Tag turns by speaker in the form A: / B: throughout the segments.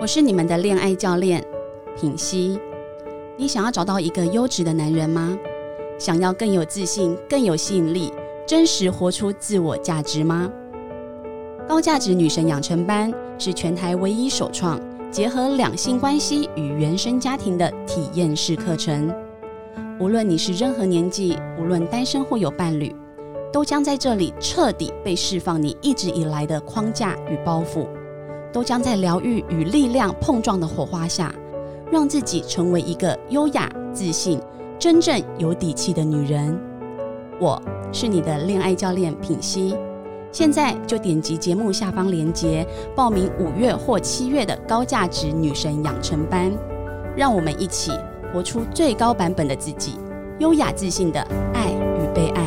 A: 我是你们的恋爱教练品熙。你想要找到一个优质的男人吗？想要更有自信、更有吸引力，真实活出自我价值吗？高价值女神养成班是全台唯一首创结合两性关系与原生家庭的体验式课程。无论你是任何年纪，无论单身或有伴侣，都将在这里彻底被释放你一直以来的框架与包袱。都将在疗愈与力量碰撞的火花下，让自己成为一个优雅、自信、真正有底气的女人。我是你的恋爱教练品熙，现在就点击节目下方链接报名五月或七月的高价值女神养成班，让我们一起活出最高版本的自己，优雅自信的爱与被爱。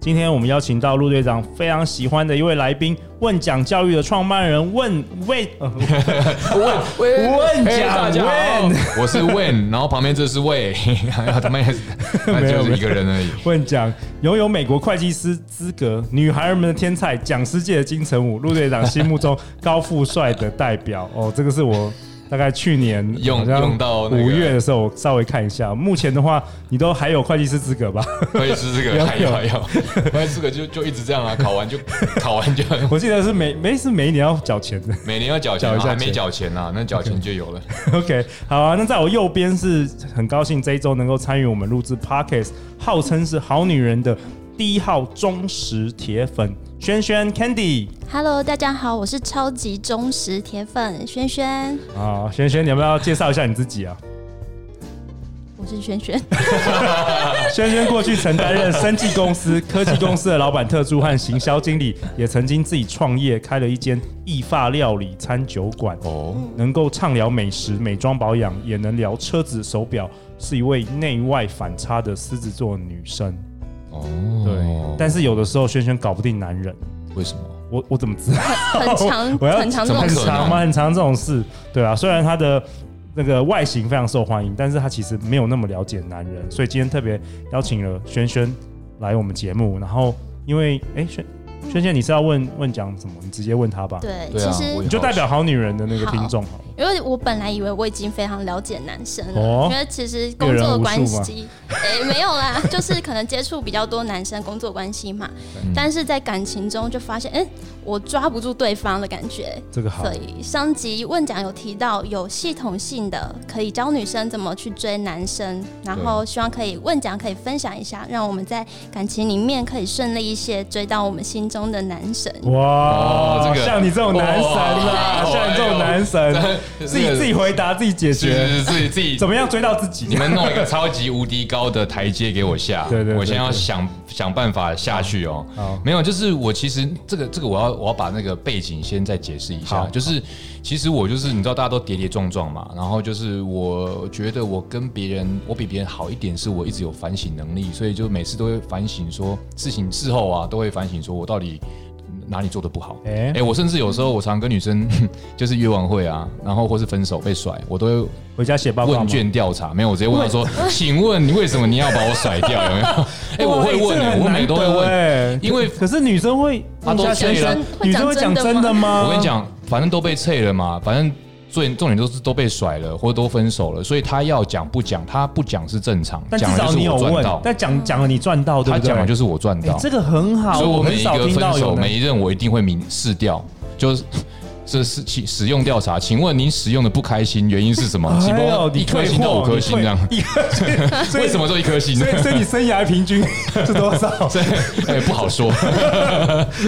B: 今天我们邀请到陆队长非常喜欢的一位来宾，问讲教育的创办人问魏，呃
C: 喂
B: 问
C: 嘿
B: 讲
C: 哎大家好，我是 Wen，然后旁边这是魏，然 后他们也 是，那就是一个人而已。
B: 问讲拥有美国会计师资格，女孩儿们的天才，讲师界的金城武，陆队长心目中高富帅的代表。哦，这个是我大概去年
C: 用
B: 好像
C: 用到那个
B: 五月的时候，我稍微看一下。目前的话，你都还有会计师资格吧？
C: 会是这
B: 有
C: 个，还有还有，会是这个就就一直这样啊，考完就 考完就
B: 我记得是每每是每一年要缴钱的。
C: 每年要缴钱
B: 缴一
C: 啊，
B: 下
C: 还
B: 钱
C: 没缴钱啊，那缴钱就有了。
B: OK，好啊。那在我右边是很高兴这一周能够参与我们录制 Podcast，号称是好女人的第一号忠实铁粉轩轩 Candy
D: Hello，大家好，我是超级忠实铁粉轩轩，
B: 啊，轩轩，你要不要介绍一下你自己啊？
D: 我是轩轩。
B: 轩轩过去曾担任生技公司、科技公司的老板特助和行销经理，也曾经自己创业，开了一间意发料理餐酒馆。
C: 哦，
B: 能够畅聊美食、美妆保养，也能聊车子、手表，是一位内外反差的狮子座女生。
C: 哦，
B: 对，但是有的时候轩轩搞不定男人，
C: 为什么？
B: 我我怎么知道？
D: 很 长
B: 我要
D: 很长这
C: 怎
D: 种啊
C: 么
B: 很
C: 可能
B: 长吗？很长这种事，对啊。虽然他的那个外形非常受欢迎，但是他其实没有那么了解男人，所以今天特别邀请了轩轩来我们节目。然后因为哎，轩轩轩，你是要问问讲什么？你直接问他吧，
D: 对，
C: 对
D: 其
C: 啊
D: 实
C: 我也
B: 你就代 表好女人的那个听众好了。
D: 因为我本来以为我已经非常了解男生了，
B: 哦
D: 因为其实工作的关系， 哎、没有啦，就是可能接触比较多男生工作关系嘛，
B: 嗯
D: 但是在感情中就发现，哎、我抓不住对方的感觉。
B: 这个好
D: 所，以上集问讲有提到有系统性的可以教女生怎么去追男生，然后希望可以问讲可以分享一下，让我们在感情里面可以顺利一些，追到我们心中的男神。
B: 哇，
C: 哦这个
B: 像你这种男神啦，
C: 哦哦
B: 像你这种男 神，
C: 这
B: 自己自己回答，自己解
C: 是
B: 决，
C: 是自己 自己
B: 怎么样追到自己？
C: 你们弄一个超级无敌高的台阶给我下，
B: 对对对对
C: 我先要想想办法下去哦
B: 好。
C: 没有，就是我其实这个这个我要我要把那个背景先再解释一下
B: 好，
C: 就是其实我就是你知道大家都跌跌撞撞嘛，然后就是我觉得我跟别人我比别人好一点，是我一直有反省能力，所以就每次都会反省说事情事后啊都会反省说我到底。哪里做的不好？哎、
B: 哎
C: 我甚至有时候我常跟女生 就是约完会啊，然后或是分手被甩，我都会
B: 回家写报告吗
C: 问卷调查，没有，我直接问他说：“请问你为什么你要把我甩掉？”有没有？哎、我会
B: 哇这
C: 问、欸，
B: 个很
C: 我每个都会
B: 难得
C: 问。
B: 欸
C: 因为
B: 可是女生会，
C: 啊都
B: 人家学
C: 讲
B: 生
D: 真
B: 女生
D: 会讲
B: 会讲
D: 真的
B: 真的吗？
C: 我跟你，讲，反正都被撤了嘛，反正最重点都是都被甩了，或者都分手了，所以他要讲不讲，他不讲是正常，
B: 但至
C: 讲了
B: 少
C: 就
B: 你
C: 是
B: 有
C: 我赚
B: 问
C: 到，，
B: 但讲讲了你赚到，对
C: 他
B: 不对？
C: 讲了就是我赚
B: 哎
C: 到。
B: 这个很好，
C: 所以我
B: 很
C: 每一
B: 少
C: 个
B: 听
C: 分
B: 到有
C: 手每
B: 人
C: 一任我一定会明示掉，就是。这是使使用调查，请问您使用的不开心原因是什么？
B: 哎
C: 请
B: 呦
C: 问
B: 你
C: 一颗
B: 退
C: 星到
B: 货
C: 五颗星这样，
B: 你退一颗星，所以
C: 为什么说一颗星？
B: 所以所以你生涯平 均是多少
C: 哎、不好说。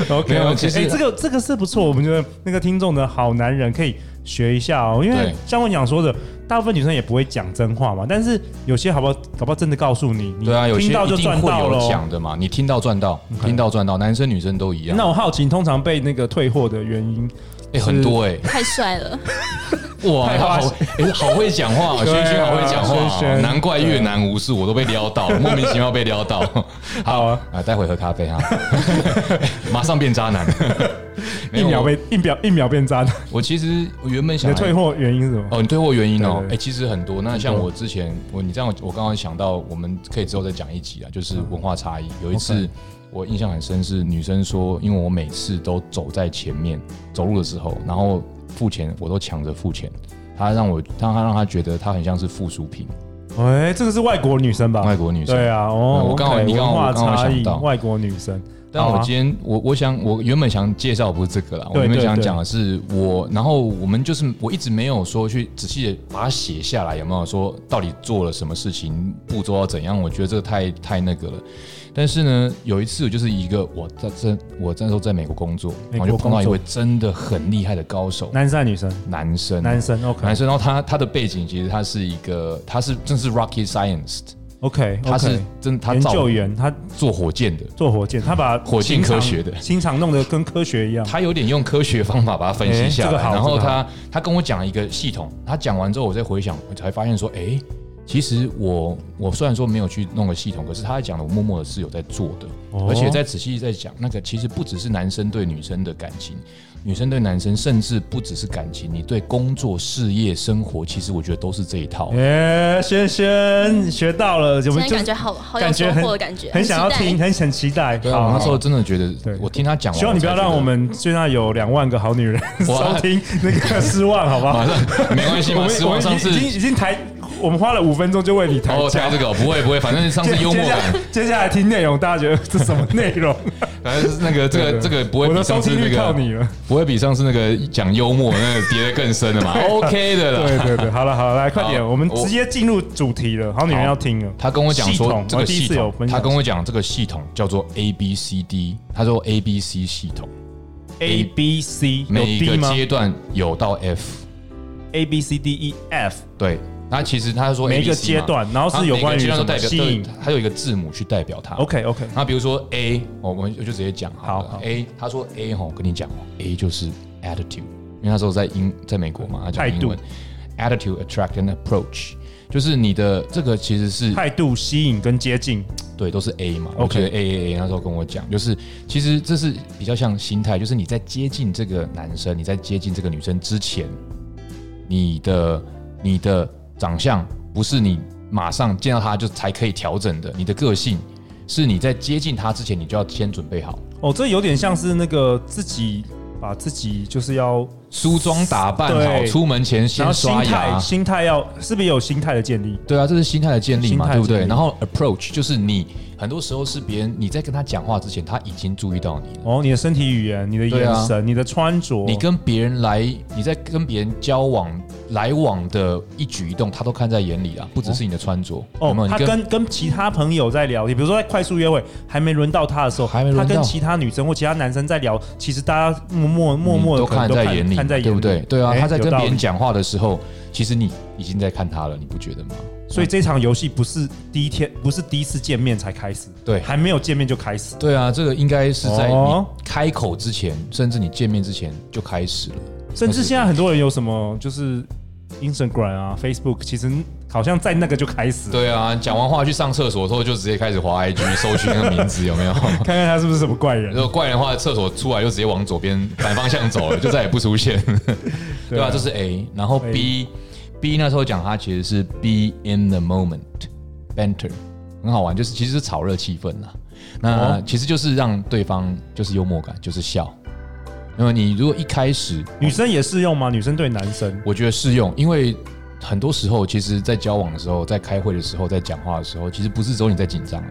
C: 没
B: ？OK，
C: 有其实
B: 哎，这个这个是不错，我们觉得那个听众的好男人可以学一下哦，因为
C: 对
B: 像我讲说的，大部分女生也不会讲真话嘛，但是有些好不好，搞不好真的告诉你，你
C: 对啊，有些
B: 听到就
C: 一定
B: 赚
C: 会
B: 到
C: 有
B: 了。
C: 讲的嘛，你听到赚到，
B: OK
C: 听到赚到，男生女生都一样。
B: 那我好奇，你通常被那个退货的原因，
C: 哎，很多哎，
D: 太帅了，
C: 哇，
B: 太花
C: 好哎好会讲话 哦，
B: 对啊
C: 轩轩好会讲话
B: 轩
C: 哦，
B: 轩
C: 难怪越南无数我都被撩到，莫名其妙 被撩到。好
B: 啊
C: 啊，待会喝咖 啡哈，马上变渣男，没
B: 一
C: 有
B: 秒被一秒一秒变 渣男，
C: 我其实我原本
B: 你
C: 想
B: 的退货原因是什么？
C: 哦，你退货原因哦
B: 对对，对
C: 哎，其实很多。那像我之前，我你这样，我刚刚想到，我们可以之后再讲一集啊，就是文化差异。有一次
B: 嗯 OK
C: 我印象很深，是女生说，因为我每次都走在前面，走路的时候，然后付钱我都抢着付钱，她让我，她她让她觉得她很像是附属品，
B: 哎、这个是外国女生吧？
C: 外国女生。
B: 对啊，哦，
C: 我刚好
B: OK，
C: 你刚好
B: 文
C: 我刚
B: 化
C: 好
B: 差
C: 想
B: 异，
C: 到
B: 外国女生，
C: 但
B: 好
C: 我
B: 啊
C: 今天我我想我原本想介绍不是这个啦，我
B: 对
C: 原本
B: 对
C: 想
B: 对
C: 讲的是我，然后我们就是我一直没有说去仔细的把它写下来，有没有说到底做了什么事情，步骤要怎样？我觉得这个太太那个了。但是呢，有一次我就是一个我在这我那时候在美国工作，
B: 美
C: 然
B: 国
C: 后就碰到
B: 工
C: 一
B: 作
C: 位真的很厉害的高手，
B: 男生还是女生？
C: 男生，
B: 男生
C: 男
B: ，OK，OK，OK，、
C: 生。然后他他的背景其实他是一个，他是真是 rocket science，他是真他
B: 研
C: 造
B: 究员，他
C: 做火箭的，
B: 做火箭，他把
C: 火箭
B: 刑场
C: 科学的
B: 刑场弄得跟科学一样。
C: 他有点用科学方法把它分析下
B: 哎这
C: 来，
B: 个好
C: 然后
B: 这个
C: 他他跟我讲一个系统，他讲完之后我再回想，我才发现说，哎、其实我我虽然说没有去弄个系统，可是他讲的我默默的是有在做的，
B: 哦
C: 而且在仔细在讲那个，其实不只是男生对女生的感情，女生对男生，甚至不只是感情，你对工作、事业、生活，其实我觉得都是这一套。
B: 哎、轩轩学到了，我
D: 现
B: 们
D: 在
B: 就
D: 感觉好好有
B: 感
D: 收
B: 觉很
D: 获的感觉，
B: 很想要
D: 期待
B: 听，。很很期待。
C: 对啊，我那时候真的觉
B: 对
C: 得，我听他讲完，
B: 希望你不要
C: 才觉
B: 让
C: 得
B: 我 们现在有两万个好女人 收听那个失望，好不好
C: 马？上没关系
B: 我
C: 嘛，
B: 们
C: 失
B: 我
C: 望
B: 们
C: 上
B: 已
C: 次
B: 已经已经抬，我们花了五分钟就为你抬
C: 哦，
B: 价
C: 猜这。个不会不会，反正上次
B: 接
C: 幽默
B: 接下
C: 感
B: 来。接下来听内容，大家觉得这什么内容？
C: 反正是那 个这
B: 对
C: 个这个不 会
B: 我
C: 比
B: 的收
C: 上次
B: 听
C: 那
B: 率靠你
C: 个
B: 了。
C: 不会比上次那个讲幽默那个跌得更深 的嘛哦，OK 的
B: 对
C: 啦。
B: 对对，好了好了，来快点，
C: 好
B: 我们
C: 我
B: 直接进入主题了。好女人
C: 好
B: 要听了，
C: 他跟我讲
B: 系
C: 说
B: 统
C: 这个
B: 我第一
C: 系
B: 次有
C: 统
B: 分，享
C: 他跟我讲这个系统叫做 A B C D，他说 A B C 系统，
B: A B C 有
C: 每一
B: D
C: 个
B: 吗
C: 阶段有到 F，
B: ？A B C D E F，
C: 对。那其实他说
B: 每一个
C: ABC 嘛
B: 阶段然后是
C: 它
B: 有关于
C: 每个阶段都代表
B: 什么吸引
C: 对它有一个字母去代表它。
B: OK OK，
C: 那比如说 A，哦我们我就直接讲好了
B: 好好
C: A，他说 A 吼，跟你讲哦，A 就是 attitude，因为那时候在英在美国嘛，他讲英文，attitude attract and approach，就是你的这个其实是
B: 态度、吸引跟接近，
C: 对都是 A 嘛，
B: OK
C: 我觉得 A A A 那时候跟我讲，就是其实这是比较像心态，就是你在接近这个男生，你在接近这个女生之前，你的你的长相不是你马上见到他就才可以调整的，你的个性。是你在接近他之前，你就要先准备好，
B: 哦，这有点像是那个自己把自己就是要，
C: 梳妆打扮好，
B: 对
C: 出门前
B: 然后
C: 先
B: 心
C: 刷
B: 态
C: 牙。
B: 心态要是不是也有心态的建立？
C: 对啊，这是心态的建立
B: 心态
C: 嘛，
B: 的
C: 对不对？
B: 建立
C: 然后 approach 就是你很多时候是别人你在跟他讲话之前，他已经注意到你了。
B: 哦，你的身体语言、你的
C: 对啊
B: 眼神、你的穿着，
C: 你跟别人来，你在跟别人交往来往的一举一动，他都看在眼里啊，不只是你的穿着。有没
B: 哦
C: 有，你
B: 他跟跟其他朋友在聊天，比如说在快速约会，还没轮到他的时候，
C: 还没轮
B: 他
C: 到
B: 跟其他女生或其他男生在聊，其实大家默默默默
C: 你
B: 的
C: 嗯都看在眼里，
B: 看在眼里，
C: 对不对？对啊，
B: 哎
C: 他在
B: 有
C: 跟
B: 道
C: 别人
B: 理
C: 讲话的时候，其实你已经在看他了，你不觉得 吗？
B: 所以这场游戏不是第一天，不是第一次见面才开始，
C: 对
B: 还没有见面就开始。
C: 对啊，这个应该是在你
B: 哦
C: 开口之前，甚至你见面之前就开始了。
B: 甚至现在很多人有什么就是 Instagram 啊、Facebook，其实好像在那个就开始，
C: 对啊，讲完话去上厕所之后，就直接开始滑 IG 搜寻那个名字有没有？
B: 看看他是不是什么怪人
C: 如。果怪人的话，厕所出来就直接往左边反方向走了， 就再也不出现，对吧、
B: 啊
C: 这是 A，然后
B: A
C: B B 那时候讲它其实是 be in the moment banter，很好玩，就是其实是炒热气氛啦。那
B: 哦
C: 其实就是让对方就是幽默感，就是笑。那么你如果一开始
B: 女生也适用吗？女生对男生？
C: 我觉得适用，因为很多时候，其实，在交往的时候，在开会的时候，在讲话的时候，其实不是只有你在紧张，啊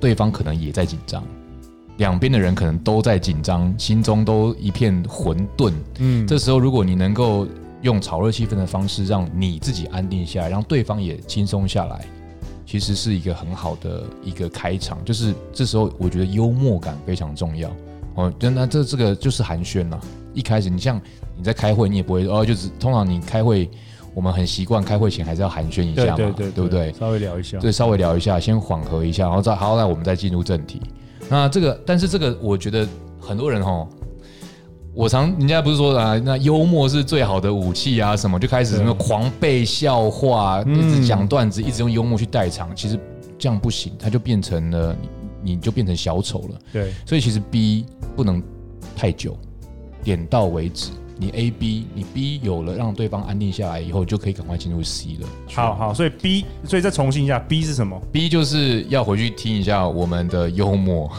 C: 对方可能也在紧张，两边的人可能都在紧张，心中都一片混沌。
B: 嗯，
C: 这时候，如果你能够用炒热气氛的方式，让你自己安定下来，让对方也轻松下来，其实是一个很好的一个开场。就是这时候，我觉得幽默感非常重要。哦，那那这这个就是寒暄啦。一开始你像你在开会，你也不会哦，就是通常你开会，我们很习惯开会前还是要寒暄一
B: 对
C: 下嘛，
B: 对对，
C: 对不对？
B: 稍微聊一下，
C: 对，稍微聊一下，先缓和一下，然后再好，那我们再进入正题。那这个，但是这个，我觉得很多人哦，我常人家不是说啊，那幽默是最好的武器啊，什么就开始什么
B: 对
C: 狂背笑话，
B: 嗯
C: 一直讲段子，一直用幽默去代偿，其实这样不行，它就变成了你，你就变成小丑了。
B: 对
C: 所以其实 B 不能太久，点到为止。你 A B，你 B 有了让对方安定下来以后，就可以赶快进入 C 了。
B: 好好，所以 B，所以再重新一下，B 是什 么？
C: B 就是要回去听一下我们的幽 默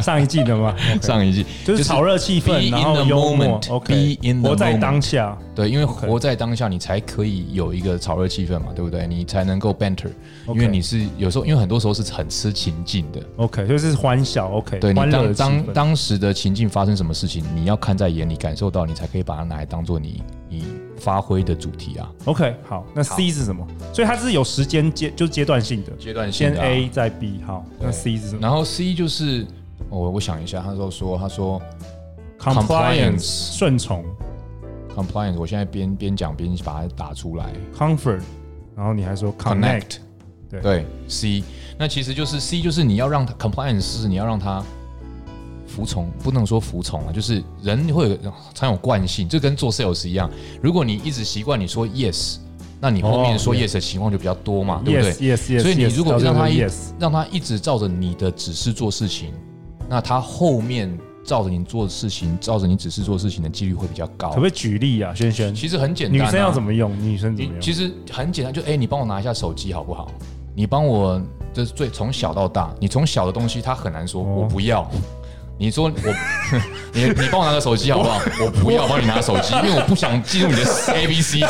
B: 上一季的吗？
C: 上一季，
B: 就是炒热气
C: be
B: 氛，
C: in
B: 然后
C: the
B: 幽默
C: moment，
B: ，OK，
C: be in the
B: 活在
C: moment
B: 当下，
C: 对，因为活在当下，你才可以有一个炒热气氛嘛，对不对？你才能够 banter，因
B: OK
C: 为你是有时候，因为很多时候是很吃情境的，
B: OK，就是欢笑，OK，
C: 对你
B: 欢乐的
C: 当
B: 气
C: 当
B: 氛，
C: 当时的情境发生什么事情，你要看在眼里，感受到，你才可以把它拿来当做你你发挥的主题啊，
B: OK，好，那 C 是什么？所以它是有时间阶，就是阶段性的，
C: 阶段性
B: 先
C: 的啊
B: A 再 B，好，那
C: 对
B: C 是什么
C: 然后 C 就是哦我、我想一下，他说说他说 compliance
B: 顺从
C: compliance，我现在边边讲边把它打出来。
B: ，comfort，然后你还说 connect，
C: Connect
B: 对
C: 对 C，那其实就是 C，就是你要让他 compliance，是你要让他服从，不能说服从啊，就是人会有常有惯性，这跟做 sales 一样，如果你一直习惯你说 yes，那你后面
B: 哦
C: 说
B: ，yes
C: yes 的情况就比较多嘛，对不对
B: yes yes yes，
C: 所以你
B: yes，
C: 如果
B: 到最
C: 让
B: 后
C: 他
B: 是
C: 一
B: yes，
C: 让他一直照着你的指示做事情，那他后面照着你做事情，照着你指示做事情的几率会比较高
B: 可不。可以举例啊，轩轩？
C: 其实很简单、
B: 女
C: 啊，
B: 生要怎么用？女生怎
C: 你
B: 么用？
C: 其实很简单，就哎、你帮我拿一下手机好不好？你帮我，这是最从小到大，你从小的东西他很难说，
B: 哦
C: 我不要。你说我， 你你帮我拿个手机好不好？我不要帮你拿手机，因为我不想进入你的 A B C D，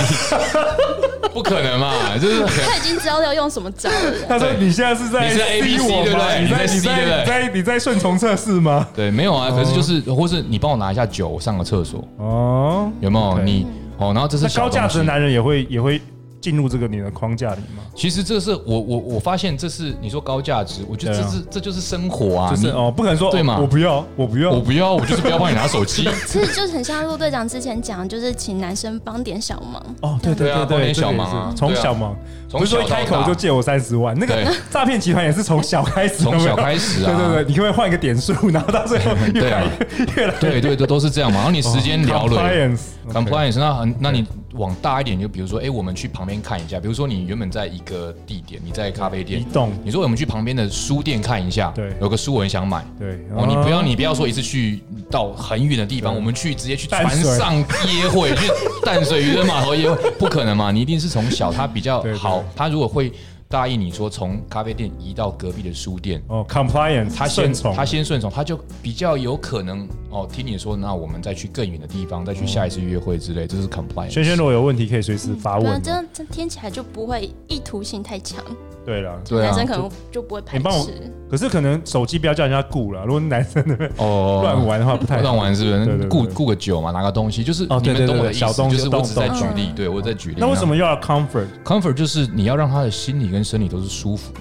C: 不可能嘛，就是很
D: 他已经知道要用什么 招了。
B: 他说你现在是在
C: 你是
B: C
C: ABC
B: 我
C: 对不
B: 吗？
C: 对
B: 你在
C: 你在 C 对不对
B: 你在你在顺从测试吗？
C: 对，没有啊。可是就是，或是你帮我拿一下酒，我上个厕所，
B: 哦，
C: 有没有？
B: OK
C: 你哦，然后这是
B: 那
C: 小
B: 高价
C: 东
B: 值
C: 西
B: 的男人也会也会进入这个你的框架里吗？
C: 其实这是我我我发现这是你说高价值，我觉得
B: 对
C: 这
B: 啊
C: 是这就是生活啊，
B: 就是
C: 你
B: 哦，不可能说
C: 对嘛
B: 哦我不要，我不要，
C: 我不要，我就是不要帮你拿手机。
D: 其实就是很像陆队长之前讲，就是请男生帮点小忙。
B: 哦，对
C: 对啊
B: 对
C: 帮点
B: 对，
C: 小
B: 这个
C: 忙啊
B: 也是从
C: 对啊
B: 小忙，
C: 从
B: 不是说一
C: 小到
B: 开口
C: 大
B: 就借我三十万，那个
C: 对
B: 诈骗集团也是从小开始，
C: 从
B: 有没有
C: 小开始啊
B: 对 对对，你可不可以换一个点数，然后到最后越
C: 对啊
B: 来越来
C: 对对对，都是这样嘛。然后你时间聊了
B: 哦 compliance
C: compliance，那很那你往大一点，就比如说，哎，我们去旁边看一下。比如说你原本在一个地点，你在咖啡
B: 移
C: 店，
B: 动
C: 你说我们去旁边的书店看一下，
B: 对
C: 有个书我很想买。
B: 对
C: 哦，你不要你不要说一次去到很远的地方，
B: 对
C: 我们去直接去
B: 淡
C: 船
B: 水
C: 上约会，去淡水渔人码头约会，不可 能嘛？你一定是从小他比较
B: 对对
C: 好，他如果会答应你说从咖啡店移到隔壁的书店，
B: 哦 compliance，
C: 他
B: 顺
C: 先
B: 从，
C: 他先顺从，他就比较有可能哦，听你说，那我们再去更远的地方，再去下一次约会之类，这是 compliance。
B: 轩轩如果有问题可以随时发
D: 对啊
B: 问，
D: 这。样这样听起来就不会意图性太强，
B: 对了，
C: 对
D: 男
C: 啊，
D: 生可能就不会排
B: 你帮我
D: 斥。
B: 可是可能手机不要叫人家雇了，如果男生的
C: 哦
B: 乱玩的话不太好
C: 乱玩是不
B: 对对
C: 是？
B: 对
C: 雇
B: 对
C: 雇个酒嘛，拿个东西，就是
B: 哦
C: 你
B: 对
C: 们
B: 对
C: 懂我
B: 对
C: 的意
B: 小
C: 思，
B: 东西
C: 就是我只在
B: 懂
C: 举
B: 懂
C: 例，对我在举例。
B: 嗯那为什么又要 comfort？
C: comfort 就是你要让他的心理跟生理都是舒服的？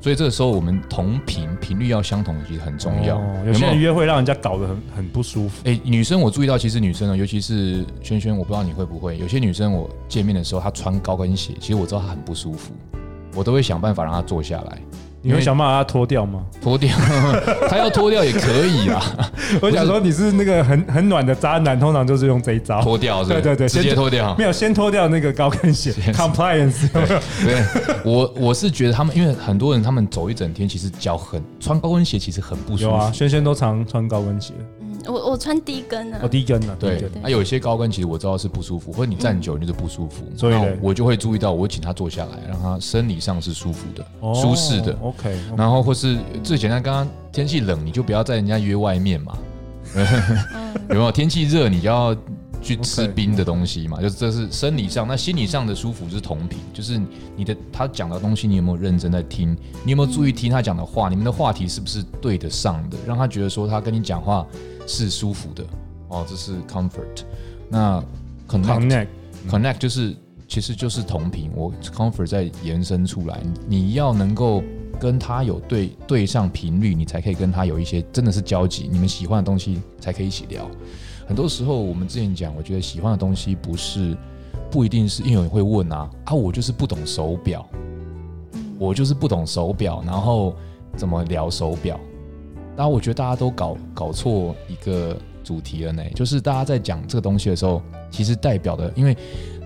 C: 所以这个时候我们同频频率要相同，其实很重要
B: 哦。有
C: 有
B: 些人
C: 没有？
B: 约会让人家搞得很很不舒服。
C: 哎，女生我注意到，其实女生呢，尤其是萱萱，我不知道你会不会，有些女生我见面的时候她穿高跟鞋，其实我知道她很不舒服，我都会想办法让她坐下来。
B: 你会想办法把它脱掉吗？
C: 脱掉， 她要脱掉也可以 啊，
B: 我想说你是那个很很暖的渣男，通常就是用这一招，
C: 脱掉是不是
B: 对对对
C: 直接
B: 先
C: 脱掉
B: 没。有先脱掉那个高跟鞋 compliance，有没有
C: 对，我我是觉得他们，因为很多人他们走一整天，其实脚很穿高跟鞋，其实很不舒
B: 有啊，
C: 服。
B: 轩轩都常穿高跟鞋，
D: 嗯，我我穿低跟啊
B: 哦，，低跟啊，低
C: 对
B: 跟，
C: 那、有一些高跟其实我知道是不舒服，或者你站久你就是不舒服，
B: 所以
C: 那
B: 嘞
C: 我就会注意到，我请他坐下来，让他生理上是舒服的、
B: 哦
C: 舒适的。
B: OK，
C: 然后或是最简单，刚刚天气冷，你就不要在人家约外面嘛，
D: 嗯
C: 有没有？天气热，你就要去吃
B: OK
C: 冰的东西嘛，就是这是生理上，那心理上的舒服是同频，就是你的他讲的东西，你有没有认真在听？你有没有注意听他讲的话？你们的话题是不是对得上的？让他觉得说他跟你讲话是舒服的哦，这是 comfort。那 connect
B: connect
C: connect 就是其实就是同频，我 comfort 再延伸出来，你要能够跟他有对对上频率，你才可以跟他有一些真的是交集，你们喜欢的东西才可以一起聊。很多时候我们之前讲，我觉得喜欢的东西不是不一定是，因为有人会问啊啊，我就是不懂手表，我就是不懂手表，然后怎么聊手表？然后我觉得大家都搞搞错一个主题了呢，就是大家在讲这个东西的时候，其实代表的，因为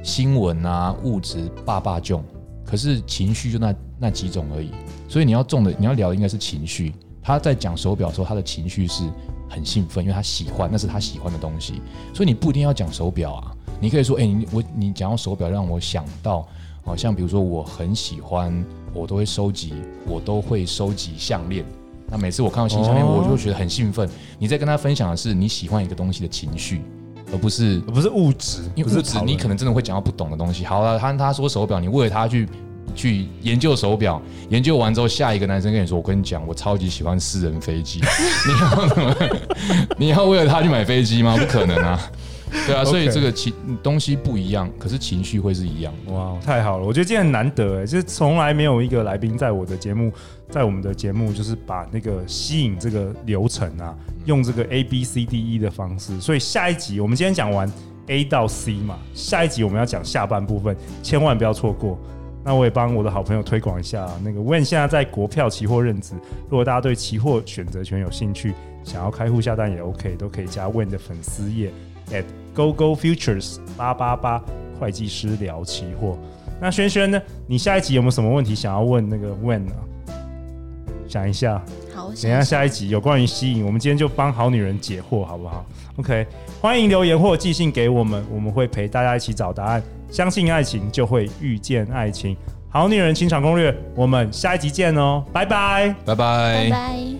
C: 新闻啊、物质、爸爸囧，可是情绪就那那几种而已，所以你要重的，你要聊的应该是情绪。他在讲手表的时候，他的情绪是很兴奋，因为他喜欢，那是他喜欢的东西，所以你不一定要讲手表啊，你可以说，哎、你我你讲到手表，让我想到，好、像比如说我很喜欢，我都会收集，我都会收集项链。那每次我看到新项链，
B: 哦
C: 我就觉得很兴奋。你在跟他分享的是你喜欢一个东西的情绪，而不是
B: 不是物质，
C: 因
B: 不
C: 为
B: 是
C: 物质
B: 讨，论
C: 你可能真的会讲到不懂的东西。好了，他他说手表，你为了他去去研究手表，研究完之后，下一个男生跟你说：“我跟你讲，我超级喜欢私人飞 机。”你要怎么？你要 为了他去买飞机吗？不可能啊！对啊，所以
B: OK
C: 这个情东西不一样，可是情绪会是一样的。
B: 哇，太好了！我觉得今天很难得哎，就是从来没有一个来宾在我的节目，在我们的节目，就是把那个吸引这个流程啊，用这个 A B C D E 的方式。所以下一集我们今天讲完 A 到 C 嘛，下一集我们要讲下半部分，千万不要错过。那我也帮我的好朋友推广一下、那个 Win 现在在国票期货任职，如果大家对期货选择权有兴趣，想要开户下单也 OK，都可以加 Win 的粉丝页 at Go Go Futures 八八八会计师聊期货。那轩轩呢？你下一集有没有什么问题想要问那个 Win 呢、想一下，
D: 好，我
B: 等一下
D: 想
B: 下一集有关于吸引，我们今天就帮好女人解惑，好不好？OK，欢迎留言或寄信给我们，我们会陪大家一起找答案。相信爱情，就会遇见爱情。好女人情场攻略，我们下一集见哦，拜拜。
C: 拜拜
D: 拜拜。